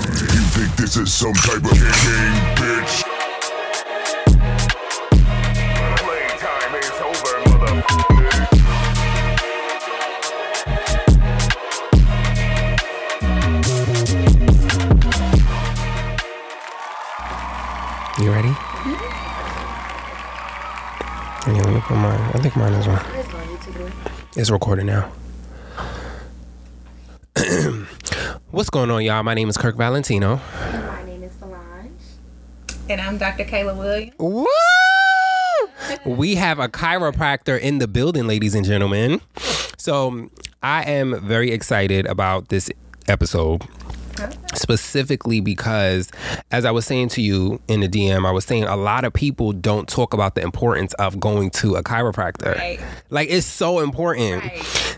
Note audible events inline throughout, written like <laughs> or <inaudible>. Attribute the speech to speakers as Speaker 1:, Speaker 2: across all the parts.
Speaker 1: think this is some type of game, bitch?
Speaker 2: Playtime is over, motherfucker.
Speaker 3: You ready? Yeah, let me put mine. I think mine is on. It's recording now. <clears throat> What's going on, y'all? My name is Kirk Valentino.
Speaker 4: My name is Solange.
Speaker 5: And I'm Dr. Kayla Williams.
Speaker 3: Woo! We have a chiropractor in the building, ladies and gentlemen. So I am very excited about this episode. Specifically because, as I was saying to you in the DM, I was saying a lot of people don't talk about the importance of going to a chiropractor.
Speaker 5: Right.
Speaker 3: Like, it's so important.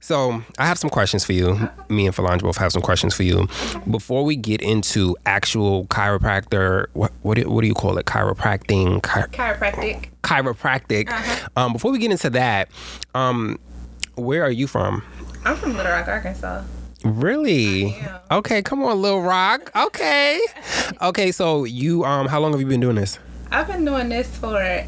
Speaker 3: So, I have some questions for you. Me and Falange both have some questions for you. Before we get into actual chiropractor, what, what, do, what do you call it? Chiropracting, chi-
Speaker 5: Chiropractic.
Speaker 3: chiropractic. Um, before we get into that, um, where are you from?
Speaker 5: I'm from Little Rock, Arkansas.
Speaker 3: Really? Okay, come on, Little Rock. Okay, okay. So you, um, how long have you been doing this?
Speaker 5: I've been doing this for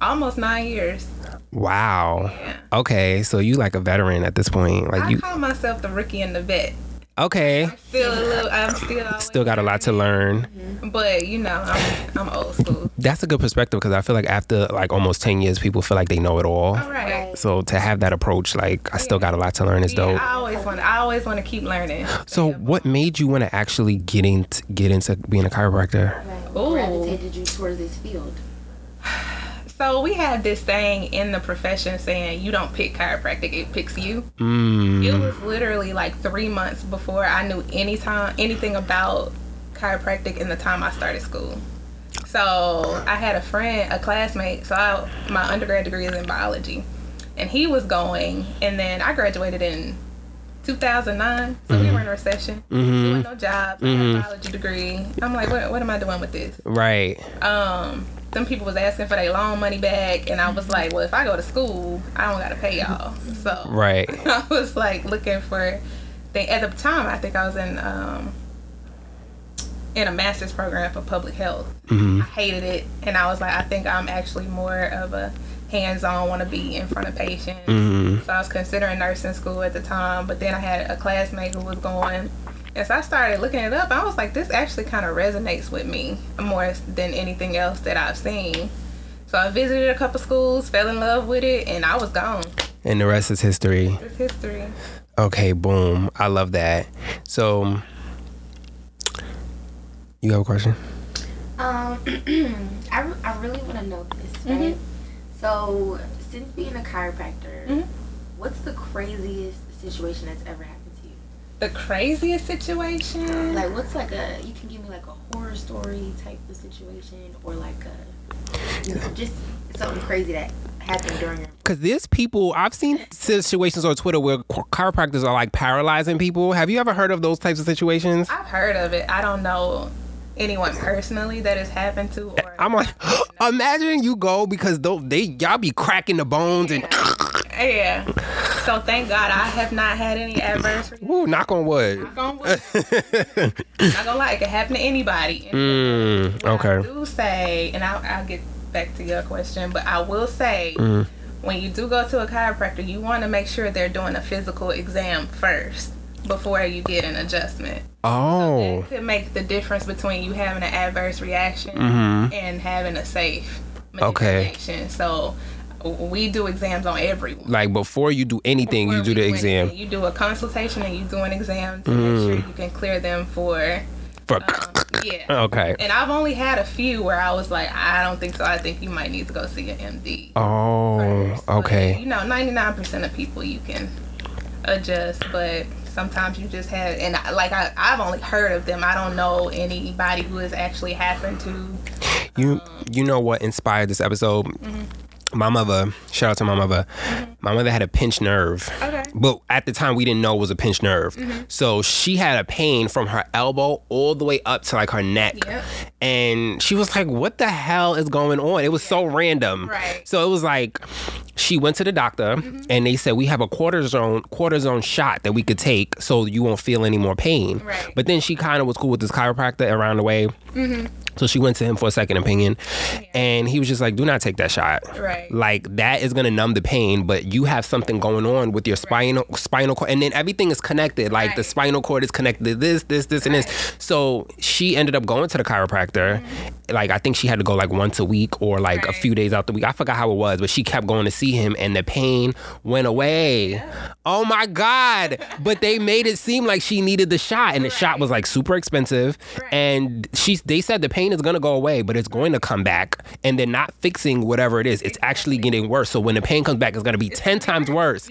Speaker 5: almost nine years.
Speaker 3: Wow. Okay, so you like a veteran at this point. Like
Speaker 5: I
Speaker 3: you.
Speaker 5: call myself the rookie and the vet.
Speaker 3: Okay,
Speaker 5: Still a little, I'm still, always-
Speaker 3: still got a lot to learn.
Speaker 5: but you know, I'm, I'm old school.
Speaker 3: That's a good perspective because I feel like after like almost ten years, people feel like they know it all.
Speaker 5: All right.
Speaker 3: So to have that approach, like I still got a lot to learn, is
Speaker 5: Yeah,
Speaker 3: dope.
Speaker 5: I always want, I always want to keep learning.
Speaker 3: So what made you want to actually get into get into being a chiropractor?
Speaker 4: Right.
Speaker 5: Ooh.
Speaker 4: Gravitated you towards this field.
Speaker 5: So we have this thing in the profession saying you don't pick chiropractic, it picks you.
Speaker 3: Mm,
Speaker 5: It was literally like three months before I knew any time anything about chiropractic in the time I started school. So I had a friend, a classmate. So I, my undergrad degree is in biology, and he was going, and then I graduated in 2009. So we were in a recession, doing no jobs, I had a biology degree. I'm like, what, what am I doing with this?
Speaker 3: Right.
Speaker 5: um some people was asking for their loan money back and I was like, Well if I go to school, I don't gotta pay y'all. So
Speaker 3: Right.
Speaker 5: <laughs> I was like looking for thing at the time I think I was in um in a master's program for public health. I hated it and I was like, I think I'm actually more of a hands on wanna be in front of patients. So I was considering nursing school at the time, but then I had a classmate who was going as I started looking it up, I was like, this actually kind of resonates with me more than anything else that I've seen. So I visited a couple schools, fell in love with it, and I was gone.
Speaker 3: And the rest is history.
Speaker 5: It's history.
Speaker 3: Okay, boom. I love that. So, you have a question?
Speaker 4: Um, <clears throat> I, re- I really want to know this, right?
Speaker 5: Mm-hmm.
Speaker 4: So, since being a chiropractor, what's the craziest situation that's ever happened to you?
Speaker 5: The craziest situation.
Speaker 4: Like, what's like a, you can give me like a horror story type of situation or like a, you know, just something crazy that happened during your,
Speaker 3: Because there's people, I've seen situations on Twitter where ch- chiropractors are like paralyzing people. Have you ever heard of those types of situations?
Speaker 5: I've heard of it. I don't know anyone personally that it's happened to. Or
Speaker 3: I'm
Speaker 5: <laughs>
Speaker 3: like, <gasps> imagine you go because tho- they y'all be cracking the bones and
Speaker 5: yeah. So thank God I have not had any adverse. reactions.
Speaker 3: ooh, knock on wood.
Speaker 5: Knock on wood.
Speaker 3: <laughs>
Speaker 5: not gonna lie, it could happen to anybody.
Speaker 3: Mm,
Speaker 5: What I
Speaker 3: okay.
Speaker 5: do say, and I'll, I'll get back to your question, but I will say
Speaker 3: Mm.
Speaker 5: when you do go to a chiropractor, you want to make sure they're doing a physical exam first before you get an adjustment.
Speaker 3: Oh,
Speaker 5: It could make the difference between you having an adverse reaction and having a safe
Speaker 3: Mm-hmm. Okay.
Speaker 5: manipulation. So w- we do exams on everyone
Speaker 3: like before you do anything, you
Speaker 5: before
Speaker 3: do
Speaker 5: we
Speaker 3: the
Speaker 5: do
Speaker 3: exam Mm.
Speaker 5: anything. You do a consultation and you do an exam to make sure you can clear them for. um,
Speaker 3: for. <laughs>
Speaker 5: Yeah.
Speaker 3: Okay.
Speaker 5: And I've only had a few where I was like, I don't think so. I think you might need to go see an MD.
Speaker 3: Oh,
Speaker 5: first." But,
Speaker 3: okay.
Speaker 5: you know, 99% of people you can adjust, but sometimes you just have, and I- like I, I've only heard of them. I don't know anybody who has actually happened to.
Speaker 3: You you know what inspired
Speaker 5: Mm-hmm.
Speaker 3: this episode? My mother, shout out to my mother. My mother had a pinched nerve.
Speaker 5: Okay. Mm-hmm.
Speaker 3: But at the time, we didn't know it was a pinched nerve. So she had a pain from her elbow all the way up to like her neck.
Speaker 5: Yep.
Speaker 3: And she was like, What the hell is going on? It was so random.
Speaker 5: Right. Mm-hmm.
Speaker 3: So it was like, she went to the doctor and they said, We have a cortisone, cortisone shot that we could take so you won't feel any more pain.
Speaker 5: Right. Mm-hmm.
Speaker 3: But then she kind of was cool with this chiropractor around the way. So she went to him for a second opinion, and he was just like, "Do not take that shot.
Speaker 5: Right.
Speaker 3: Like that is gonna numb the pain, but you have something going on with your spinal spinal cord, and then everything is connected. Like the
Speaker 5: Right.
Speaker 3: spinal cord is connected to this, this, this, and this. So she ended up going to the chiropractor. Like I think she had to go like once a week or like a
Speaker 5: Mm-hmm. Right.
Speaker 3: few days out the week. I forgot how it was, but she kept going to see him, and the pain went away. Oh my god! but they made it seem like she needed the shot, and the shot was like super expensive,
Speaker 5: Right.
Speaker 3: and she they said the pain is gonna go away, but it's going to come back, and they're not fixing whatever it is. It's actually getting worse. So when the pain comes back, it's gonna be ten <laughs> times worse.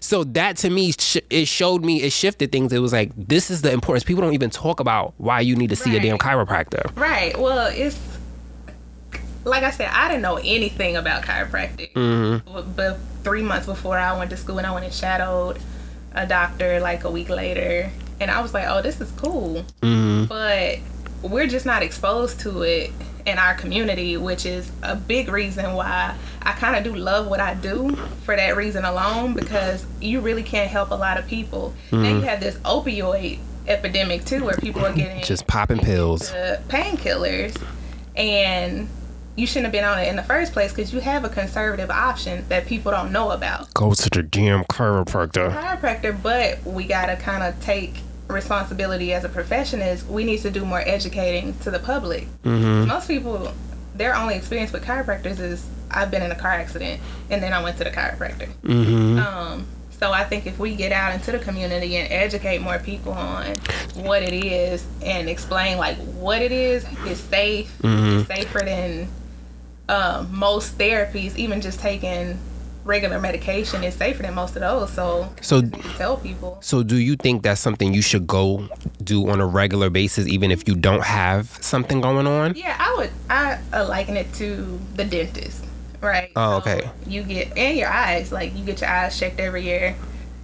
Speaker 3: So that to me, sh- it showed me it shifted things. It was like this is the importance. People don't even talk about why you need to see a damn chiropractor.
Speaker 5: Right. Well, it's like I said, I didn't know anything about chiropractic. But three months before I went to school, and I went and shadowed a doctor like a week later, and I was like, "Oh, this is cool," but we're just not exposed to it in our community, which is a big reason why I kind of do love what I do for that reason alone, because you really can't help a lot of people. Then you have this opioid epidemic too, where people are getting
Speaker 3: Just popping pills.
Speaker 5: to painkillers and you shouldn't have been on it in the first place because you have a conservative option that people don't know about
Speaker 3: Go to the damn chiropractor.
Speaker 5: chiropractor but we gotta kind of take responsibility as a profession is we need to do more educating to the public most people their only experience with chiropractors is i've been in a car accident and then i went to the chiropractor um, so i think if we get out into the community and educate more people on what it is and explain like what it is it's safe it's safer than um, most therapies even just taking regular medication is safer than most of those so
Speaker 3: So.
Speaker 5: tell people
Speaker 3: So, do you think that's something you should go do on a regular basis, even if you don't have something going on?
Speaker 5: Yeah, I would. I uh, liken it to the dentist, right?
Speaker 3: Oh,
Speaker 5: So
Speaker 3: okay.
Speaker 5: you get and your eyes, like you get your eyes checked every year.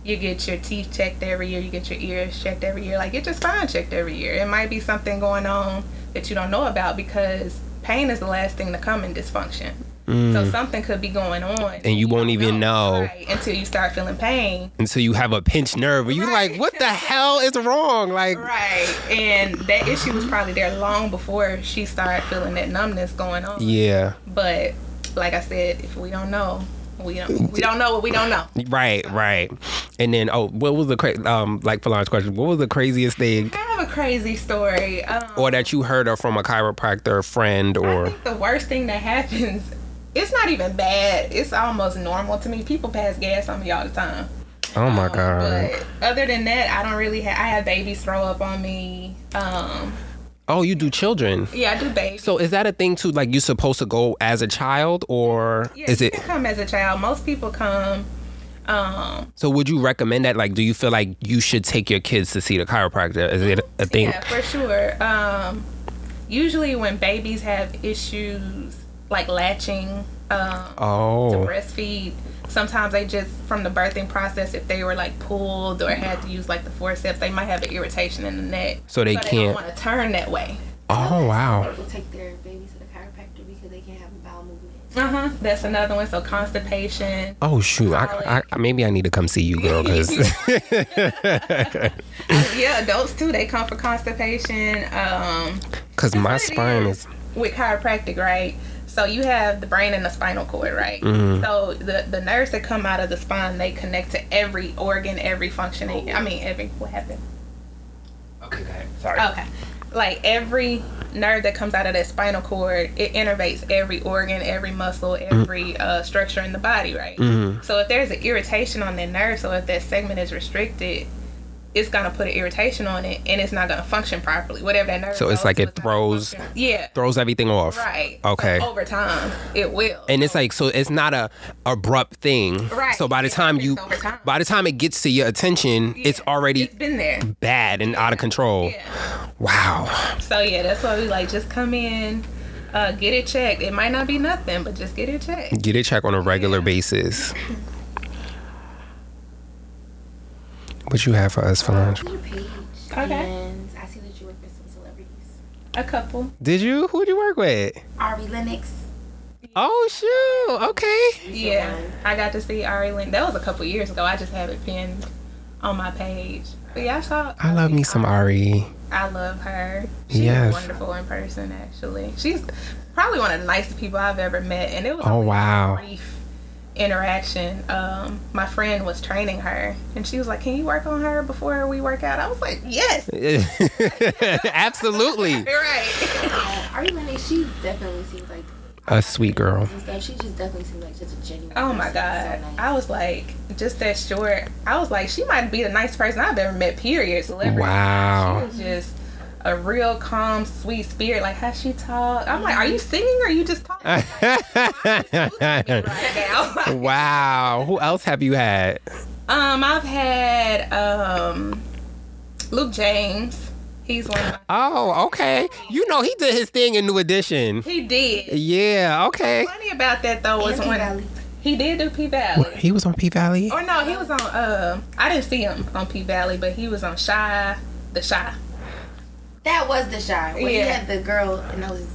Speaker 5: You get your teeth checked every year. You get your ears checked every year. Like get your spine checked every year. It might be something going on that you don't know about because pain is the last thing to come in dysfunction. So something could be going on,
Speaker 3: Mm. And you won't even know.
Speaker 5: Right, until you start feeling pain.
Speaker 3: Until you have a pinched nerve, and you're like, what the hell is wrong? Like,
Speaker 5: Right, and that issue was probably there long before she started feeling that numbness going on.
Speaker 3: yeah,
Speaker 5: But like I said, if we don't know, we don't we don't know what we don't know.
Speaker 3: right, right. And then, oh, what was the cra- um like Falon's question? What was the craziest thing,
Speaker 5: I have a crazy story. Um,
Speaker 3: or that you heard of from a chiropractor friend,
Speaker 5: I
Speaker 3: or
Speaker 5: think the worst thing that happens, it's not even bad. It's almost normal to me. People pass gas on me all the time.
Speaker 3: oh my
Speaker 5: Um,
Speaker 3: god,
Speaker 5: But other than that, I don't really. Ha- I have babies throw up on me. Um,
Speaker 3: oh, you do children.
Speaker 5: yeah, I do babies.
Speaker 3: So is that a thing too? Like you're supposed to go as a child, or
Speaker 5: yeah,
Speaker 3: is
Speaker 5: you
Speaker 3: it?
Speaker 5: can come as a child? Most people come. Um,
Speaker 3: So would you recommend that? Like, do you feel like you should take your kids to see the chiropractor? Is it a thing?
Speaker 5: Yeah, for sure. Um, usually when babies have issues like latching, um, to
Speaker 3: Oh,
Speaker 5: breastfeed. Sometimes they just from the birthing process, if they were like pulled or had to use like the forceps, they might have an irritation in the neck.
Speaker 3: So they can't-
Speaker 5: want to turn that way.
Speaker 3: oh wow.
Speaker 4: People take their babies to the chiropractor because they can't have a bowel movement.
Speaker 5: Uh huh. That's another one. So constipation.
Speaker 3: Oh shoot! I, I, maybe I need to come see you, girl, <laughs>
Speaker 5: <laughs>
Speaker 3: because.
Speaker 5: yeah, adults too. They come for constipation. Um,
Speaker 3: Because my
Speaker 5: what it
Speaker 3: spine is.
Speaker 5: with chiropractic, right? So you have the brain and the spinal cord, right?
Speaker 3: Mm-hmm.
Speaker 5: So the the nerves that come out of the spine, they connect to every organ, every functioning. I mean, every what happened?
Speaker 3: Oh, Okay, go ahead. Sorry.
Speaker 5: Okay. Like every nerve that comes out of that spinal cord, it innervates every organ, every muscle,
Speaker 3: Mm-hmm.
Speaker 5: every uh, structure in the body, right? So if there's an irritation on that nerve, so if that segment is restricted, it's gonna put an irritation on it, and it's not gonna function properly. Whatever that nerve.
Speaker 3: So it's
Speaker 5: goes
Speaker 3: like
Speaker 5: to,
Speaker 3: it
Speaker 5: not gonna
Speaker 3: throws-
Speaker 5: function. Yeah.
Speaker 3: Throws everything off.
Speaker 5: Right.
Speaker 3: Okay.
Speaker 5: So over time, it will.
Speaker 3: And it's like so it's not a abrupt thing.
Speaker 5: Right.
Speaker 3: So by the time you,
Speaker 5: It's over time.
Speaker 3: by the time it gets to your attention, it's
Speaker 5: Yeah.
Speaker 3: already
Speaker 5: it's been there.
Speaker 3: bad and out of control.
Speaker 5: Yeah.
Speaker 3: Wow.
Speaker 5: So yeah, that's why we like just come in, uh, get it checked. It might not be nothing, but just get it checked. <laughs>
Speaker 3: Get it checked on a regular basis. What you have for us for lunch?
Speaker 4: Your page.
Speaker 5: Okay.
Speaker 4: And I see that you work with some celebrities.
Speaker 5: A couple.
Speaker 3: Did you? Who'd you work with?
Speaker 4: Ari Lennox.
Speaker 3: Oh shoot. Okay.
Speaker 4: she's the
Speaker 5: Yeah,
Speaker 4: one.
Speaker 5: I got to see Ari Lynn. That was a couple years ago. I just have it pinned on my page. But yeah, I saw.
Speaker 3: I love me some
Speaker 5: <laughs>
Speaker 3: Ari. <laughs>
Speaker 5: I love her. She's
Speaker 3: Yes.
Speaker 5: wonderful in person. Actually, she's probably one of the nicest people I've ever met, and it was
Speaker 3: Oh
Speaker 5: only a
Speaker 3: wow.
Speaker 5: brief interaction. Um, my friend was training her, and she was like, "Can you work on her before we work out?" I was like, "Yes,
Speaker 3: Absolutely.
Speaker 5: you're right." <laughs>
Speaker 4: Yeah, Uh, Ari Lennox, she definitely seems like
Speaker 3: A sweet girl.
Speaker 4: and stuff. She just definitely seems like just a genuine.
Speaker 5: Oh my
Speaker 4: person.
Speaker 5: god.
Speaker 4: So nice.
Speaker 5: I was like, just that short. I was like, she might be the nicest person I've ever met, period. Celebrity. She
Speaker 3: Wow.
Speaker 5: was just a real calm, sweet spirit. Like how she talk. I'm like, are you singing or are you just talking
Speaker 3: <laughs>
Speaker 5: right now?
Speaker 3: <laughs>
Speaker 5: <laughs>
Speaker 3: wow. Who else have you had?
Speaker 5: um, I've had um Luke James. He's one of my
Speaker 3: Oh, okay. You know he did his thing in New Edition.
Speaker 5: he did.
Speaker 3: Yeah. Okay.
Speaker 5: Funny about that though was
Speaker 4: Andy
Speaker 5: when
Speaker 4: Valley.
Speaker 5: he did do P Valley.
Speaker 3: He was on P Valley.
Speaker 5: Or no, he was on. Uh, I didn't see him on P Valley, but he was on Shy, the Shy.
Speaker 4: That was the shot where
Speaker 5: Yeah.
Speaker 4: he had the girl and I was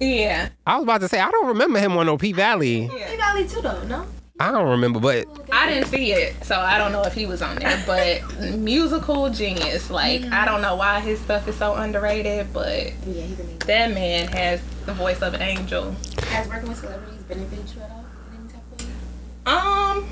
Speaker 5: Yeah.
Speaker 3: I was about to say I don't remember him on no P Valley.
Speaker 4: Hey Valley too though, no?
Speaker 3: I don't remember, but
Speaker 5: I didn't see it, so I don't know if he was on there. But musical genius, like I don't know why his stuff is so underrated, but
Speaker 4: Yeah, he's amazing.
Speaker 5: that man has the voice of an angel.
Speaker 4: Has working with celebrities benefited you at all in any type of way?
Speaker 5: Um,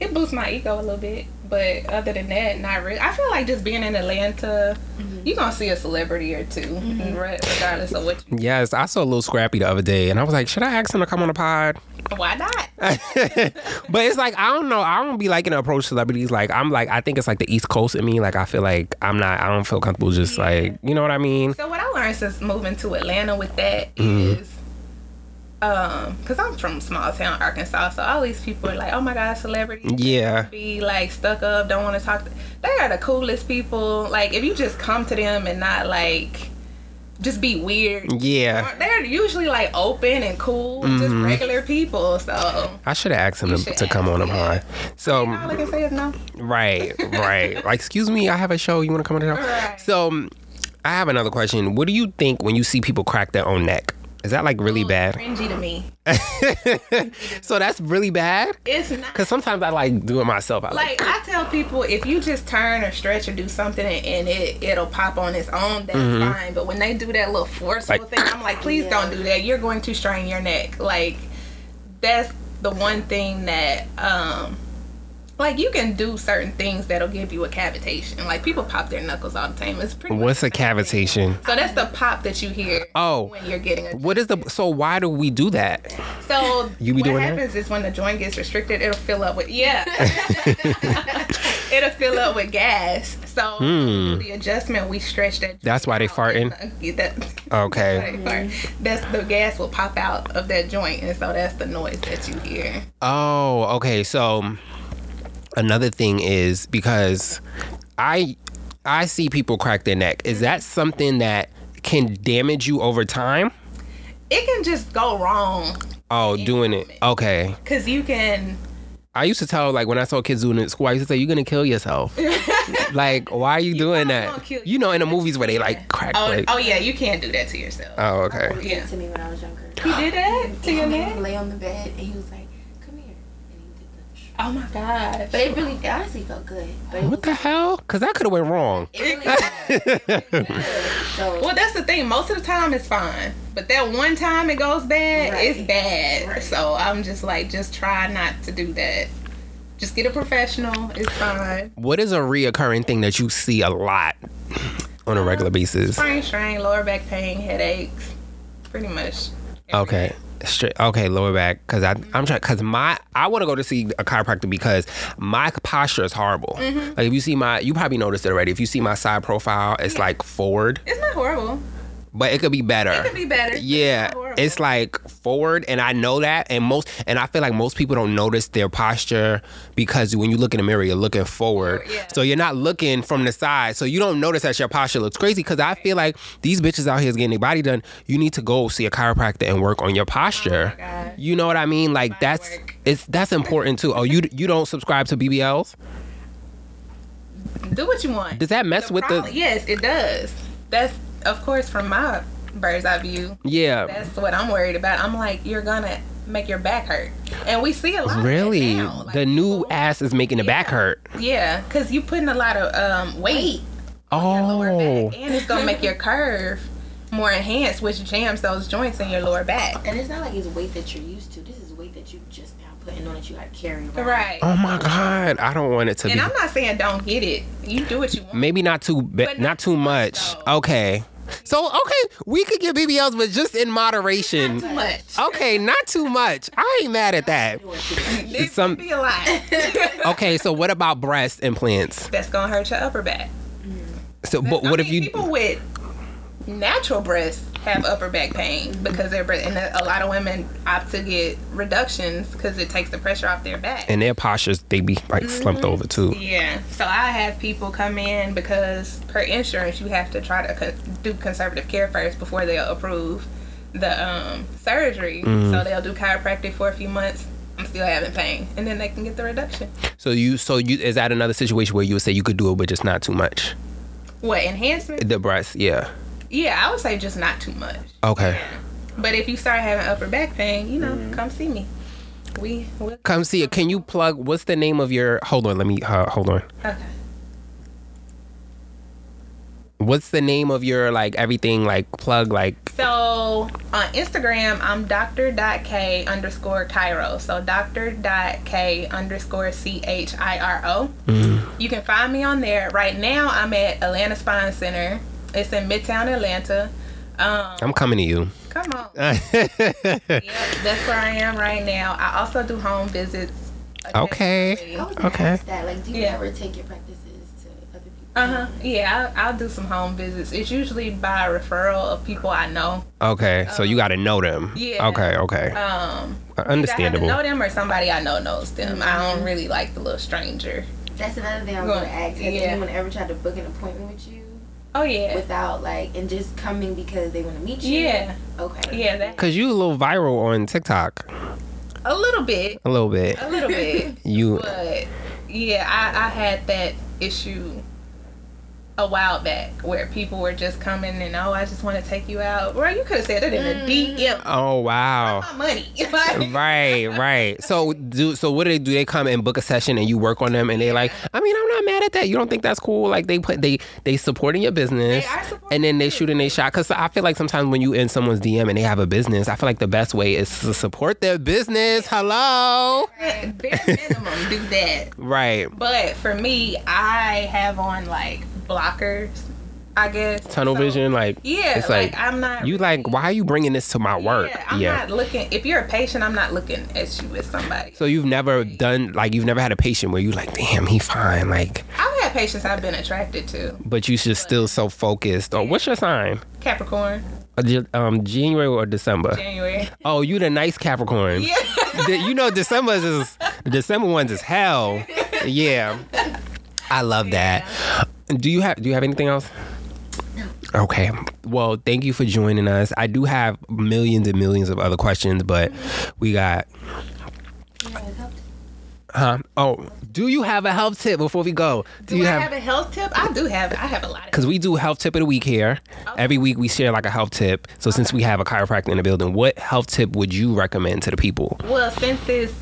Speaker 5: it boosts my ego a little bit, but other than that, not really. I feel like just being in Atlanta, you're gonna see a celebrity or 2 re- regardless of what. You,
Speaker 3: yes, I saw a little Scrappy the other day, and I was like, should I ask him to come on the pod? <laughs>
Speaker 5: why not?
Speaker 3: But it's like I don't know. I don't be liking to approach celebrities. Like I'm like I think it's like the East Coast in me. Like I feel like I'm not. I don't feel comfortable just like you know what I mean.
Speaker 5: So what I learned since moving to Atlanta with that is, um, cause I'm from small town Arkansas, so all these people are like, oh my god, celebrities
Speaker 3: Yeah.
Speaker 5: be like stuck up, don't want to talk. To, they are the coolest people. Like if you just come to them and not like, just be weird.
Speaker 3: Yeah.
Speaker 5: They're usually like open and cool, just
Speaker 3: Mm-hmm.
Speaker 5: regular people. So
Speaker 3: I should have asked him to,
Speaker 5: should
Speaker 3: to come
Speaker 5: ask,
Speaker 3: on the
Speaker 5: yeah.
Speaker 3: pod. So
Speaker 5: all I can say is no.
Speaker 3: right, right. like excuse me, I have a show. You want to come on the show?
Speaker 5: Right.
Speaker 3: So um, I have another question. What do you think when you see people crack their own neck? Is that like really bad?
Speaker 5: Cringy to me.
Speaker 3: <laughs> So that's really bad.
Speaker 5: It's not.
Speaker 3: Cause sometimes I like do it myself. I like,
Speaker 5: Like I tell people, if you just turn or stretch or do something and, and it it'll pop on its own, that's fine. But when they do that little forceful
Speaker 3: Mm-hmm. Like-
Speaker 5: thing, I'm like, please
Speaker 4: Yeah.
Speaker 5: don't do that. You're going to strain your neck. Like that's the one thing that um like you can do certain things that'll give you a cavitation. Like people pop their knuckles all the time. It's pretty. much
Speaker 3: what's a
Speaker 5: the same thing.
Speaker 3: cavitation?
Speaker 5: So that's the pop that you hear.
Speaker 3: Oh.
Speaker 5: When you're getting a
Speaker 3: What is the so why do we do that?
Speaker 5: so
Speaker 3: You be
Speaker 5: what
Speaker 3: doing that?
Speaker 5: happens is when the joint gets restricted, it'll fill up with yeah, <laughs> it'll fill up with gas. So
Speaker 3: Hmm.
Speaker 5: the adjustment we stretch that. Uh,
Speaker 3: That's why they farting.
Speaker 5: Get that- <laughs>
Speaker 3: Okay.
Speaker 5: That's the gas will pop out of that joint, and so that's the noise that you hear.
Speaker 3: Oh, okay. So another thing is because I I see people crack their neck. Is that something that can damage you over time?
Speaker 5: It can just go wrong
Speaker 3: Oh, doing it. Okay.
Speaker 5: because you can.
Speaker 3: I used to tell like when I saw kids doing it in school, I used to say, You're gonna kill
Speaker 5: <laughs>
Speaker 3: yourself. like, why are you doing
Speaker 5: probably gonna
Speaker 3: that?
Speaker 5: kill
Speaker 3: You know, in the movies where they like crack
Speaker 5: Oh,
Speaker 3: like
Speaker 5: oh yeah, you can't do that to yourself.
Speaker 3: Oh, okay.
Speaker 4: He
Speaker 5: Yeah.
Speaker 4: did to me when I was younger.
Speaker 5: You did that to
Speaker 4: He
Speaker 5: your
Speaker 4: made me
Speaker 5: neck?
Speaker 4: lay on the bed and he was like, Come here and he did that.
Speaker 5: Oh my gosh.
Speaker 4: But it really it honestly felt good. But it
Speaker 3: What the
Speaker 4: was,
Speaker 3: hell? Cause that could have went wrong.
Speaker 4: it really felt
Speaker 5: <laughs>
Speaker 4: good. So
Speaker 5: Well, that's the thing. Most of the time, it's fine. But that one time it goes bad,
Speaker 4: Right.
Speaker 5: it's bad.
Speaker 4: Right.
Speaker 5: So I'm just like, just try not to do that. Just get a professional. It's fine.
Speaker 3: what is a reoccurring thing that you see a lot on a regular basis?
Speaker 5: Strain, strain, lower back pain, headaches, pretty much.
Speaker 3: Okay. Straight, okay, lower back, because I I'm trying because my I want to go to see a chiropractor because my posture is horrible.
Speaker 5: Mm-hmm.
Speaker 3: Like if you see my, you probably noticed it already. If you see my side profile, it's like forward,
Speaker 5: It's not horrible.
Speaker 3: but it could be better.
Speaker 5: It could be better.
Speaker 3: yeah,
Speaker 5: It's not <laughs> horrible.
Speaker 3: it's like forward, and I know that, and most, and I feel like most people don't notice their posture because when you look in the mirror, you're looking forward,
Speaker 5: Forward, Oh, yeah.
Speaker 3: so you're not looking from the side, so you don't notice that your posture looks crazy. Because I feel like these bitches out here is getting their body done. You need to go see a chiropractor and work on your posture.
Speaker 5: Oh God.
Speaker 3: you know what I mean? Like that's
Speaker 5: work.
Speaker 3: it's that's important too. Oh, you you don't subscribe to BBLs?
Speaker 5: do what you want.
Speaker 3: Does that mess
Speaker 5: The
Speaker 3: with
Speaker 5: problem-
Speaker 3: the?
Speaker 5: yes, it does. That's of course from my bird's eye view.
Speaker 3: Yeah.
Speaker 5: That's what I'm worried about. I'm like, you're gonna make your back hurt, and we see a lot. of that
Speaker 3: Really,
Speaker 5: now. Like,
Speaker 3: the new
Speaker 5: people-
Speaker 3: ass is making the back
Speaker 5: Yeah.
Speaker 3: hurt.
Speaker 5: Yeah, because you putting a lot of um, weight on your lower
Speaker 3: Oh,
Speaker 5: back, and it's gonna make your curve more enhanced, which jams those joints in your lower back.
Speaker 4: And it's not like it's weight that you're used to. This is weight that you just now putting on that you like carrying around.
Speaker 5: Right.
Speaker 3: oh my god! I don't want it to
Speaker 5: And
Speaker 3: be.
Speaker 5: I'm not saying don't get it. You do what you want.
Speaker 3: Maybe not too, ba-
Speaker 5: But
Speaker 3: not,
Speaker 5: not
Speaker 3: too
Speaker 5: too
Speaker 3: much.
Speaker 5: much, though.
Speaker 3: Okay. So okay, we could get BBLs, but just in moderation.
Speaker 5: Too much.
Speaker 3: Okay, not too much. I ain't mad at that.
Speaker 4: You want to-
Speaker 5: This
Speaker 3: some-
Speaker 5: could be a lot.
Speaker 3: <laughs>
Speaker 5: <laughs>
Speaker 3: Okay, so what about breast implants?
Speaker 5: That's gonna hurt your upper back.
Speaker 3: So, but what
Speaker 5: I
Speaker 3: if
Speaker 5: mean,
Speaker 3: you?
Speaker 5: people with natural breasts have upper back pain because their breast, and a lot of women opt to get reductions because it takes the pressure off their back.
Speaker 3: and their postures they be like slumped
Speaker 5: Mm-hmm.
Speaker 3: over too.
Speaker 5: yeah, so I have people come in because per insurance you have to try to con- do conservative care first before they'll approve the um, surgery. So they'll do chiropractic for a few months. I'm still having pain, and then they can get the reduction.
Speaker 3: So you, so you, is that another situation where you would say you could do it, but just not too much?
Speaker 5: What enhancement?
Speaker 3: The breast, yeah.
Speaker 5: Yeah, I would say just not too much.
Speaker 3: Okay.
Speaker 5: But if you start having upper back pain, you know, come see me. We will.
Speaker 3: Come see it. Can you plug? What's the name of your? Hold on. Let me. Uh, hold on.
Speaker 5: Okay.
Speaker 3: What's the name of your like everything like plug like?
Speaker 5: So on Instagram, I'm dr.k underscore Cairo. So dr.k underscore C H I R O. You can find me on there. Right now, I'm at Atlanta Spine Center. It's in Midtown Atlanta. Um,
Speaker 3: I'm coming to
Speaker 5: <laughs>
Speaker 3: you. <laughs>
Speaker 5: come on. Yep, that's where I am right now. I also do home visits.
Speaker 3: Okay.
Speaker 5: occasionally.
Speaker 4: I was gonna
Speaker 3: Okay.
Speaker 4: ask that. Like, do you
Speaker 5: Yeah.
Speaker 4: ever take your practices to other people?
Speaker 5: Uh huh. Yeah, I'll, I'll do some home visits. It's usually by referral of people I know.
Speaker 3: okay. So you got to know them.
Speaker 5: Yeah.
Speaker 3: Okay. Okay.
Speaker 5: Um,
Speaker 3: Understandable.
Speaker 5: either I have to know them or somebody I know knows them. I don't really like the little stranger.
Speaker 4: That's another thing I was
Speaker 5: Well,
Speaker 4: gonna ask. Has
Speaker 5: yeah.
Speaker 4: anyone ever tried to book an appointment with you
Speaker 5: Oh yeah,
Speaker 4: without like and just coming because they want to meet you?
Speaker 5: yeah,
Speaker 4: Okay.
Speaker 5: yeah. That
Speaker 3: Cause you a little viral on TikTok,
Speaker 5: a little bit,
Speaker 3: a little bit.
Speaker 5: a little bit.
Speaker 3: You
Speaker 5: But yeah, I, I had that issue a while back where people were just coming and oh, I just want to take you out. Well, you could have said it in a DM.
Speaker 3: Oh wow.
Speaker 5: My money. <laughs> Like,
Speaker 3: Right, right. So do so what do they do? They come and book a session and you work on them and they like, I mean, I'm not mad at that. You don't think that's cool? Like they put they they supporting your business
Speaker 5: They are supporting
Speaker 3: and then they
Speaker 5: you.
Speaker 3: shooting they shot. Cause I feel like sometimes when you in someone's DM and they have a business, I feel like the best way is to support their business. Hello.
Speaker 5: bare minimum, do that.
Speaker 3: Right.
Speaker 5: But for me, I have on like blockers, I guess.
Speaker 3: Tunnel
Speaker 5: So-
Speaker 3: vision, like
Speaker 5: Yeah,
Speaker 3: It's
Speaker 5: like,
Speaker 3: like,
Speaker 5: I'm not.
Speaker 3: you like, why are you bringing this to my work?
Speaker 5: Yeah, I'm not looking. If you're a patient, I'm not looking at you as somebody.
Speaker 3: So you've never done like you've never had a patient where you like, damn, he fine, like,
Speaker 5: I've had patients I've been attracted to.
Speaker 3: but you just still so focused. Or what's your sign?
Speaker 5: Capricorn,
Speaker 3: <laughs> Uh, J- um January or December?
Speaker 5: January.
Speaker 3: Oh, you the nice Capricorn.
Speaker 5: Yeah.
Speaker 3: The- you know December's is December ones is hell. Yeah. I love that. Do you have do you have anything else? Okay. Well, thank you for joining us. I do have millions and millions of other questions, but we got
Speaker 4: Yeah.
Speaker 5: <laughs>
Speaker 3: huh? Oh, do you have a health tip before we go? Do,
Speaker 5: Do
Speaker 3: you
Speaker 5: I have, a health tip? I do have. I have a lot of.
Speaker 3: Because we do health tip of the week here. Every week we share like a health tip. So since we have a chiropractor in the building, what health tip would you recommend to the people?
Speaker 5: Well, since it's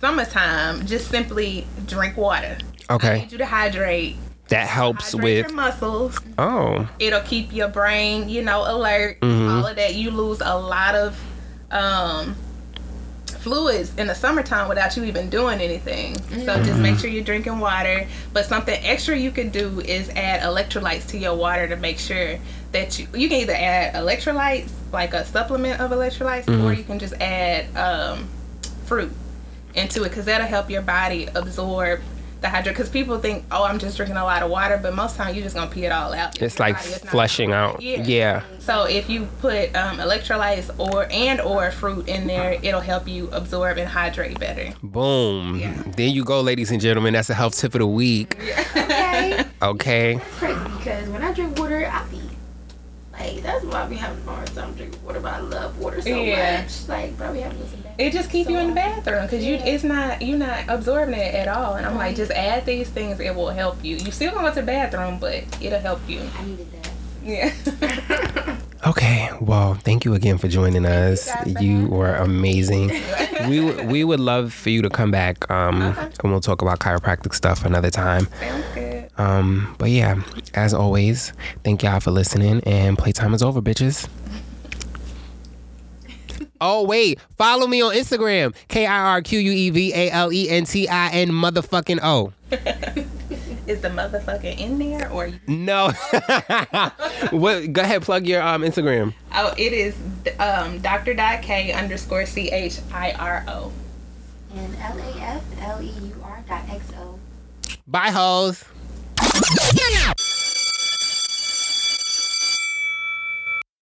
Speaker 5: summertime, just simply drink water. I
Speaker 3: Okay.
Speaker 5: need you to hydrate.
Speaker 3: That helps
Speaker 5: Hydrate
Speaker 3: with
Speaker 5: your muscles.
Speaker 3: oh
Speaker 5: it'll keep your brain, you know, alert, all of that. You lose a lot of um, fluids in the summertime without you even doing anything. So just make sure you're drinking water. But something extra you can do is add electrolytes to your water to make sure that you you can either add electrolytes, like a supplement of electrolytes, or you can just add um, fruit into it because that'll help your body absorb the hydrate because people think oh i'm just drinking a lot of water but most time you're just gonna pee it all out
Speaker 3: it's
Speaker 5: Your
Speaker 3: like
Speaker 5: body is not-
Speaker 3: flushing out yeah.
Speaker 5: Yeah. so if you put um, electrolytes or and or fruit in
Speaker 3: Uh-huh.
Speaker 5: there it'll help you absorb and hydrate better
Speaker 3: boom
Speaker 5: Yeah.
Speaker 3: there you go ladies and gentlemen that's a health tip of the week
Speaker 4: Okay.
Speaker 3: okay
Speaker 4: It's crazy because when I drink water, I be like, like, that's why we having a hard time drinking water. But I love water so
Speaker 5: Yeah.
Speaker 4: much. Like, bro, we having some bad.
Speaker 5: <laughs> It just keep
Speaker 4: So-
Speaker 5: you in the bathroom because you it's not you're not absorbing it at all. And I'm like, just add these things. It will help you. You still going to the bathroom, but it'll help you.
Speaker 4: I needed that.
Speaker 5: Yeah.
Speaker 3: Okay, well, thank you again for joining us.
Speaker 5: guys for
Speaker 3: You were amazing. we w- we would love for you to come back, um,
Speaker 5: Uh-huh.
Speaker 3: and we'll talk about chiropractic stuff another time.
Speaker 5: <laughs> Sounds good.
Speaker 3: Um, but yeah, as always, thank y'all for listening. And playtime is over, bitches. Oh wait, follow me on Instagram. K I R Q U E V A L E N T I N motherfucking O.
Speaker 5: Is the motherfucker in there or? You?
Speaker 3: No. <laughs> what go ahead, plug your um Instagram.
Speaker 5: Oh, it is um Doctor K underscore C H I R O.
Speaker 4: And L A F L E U R dot X O.
Speaker 3: Bye hoes.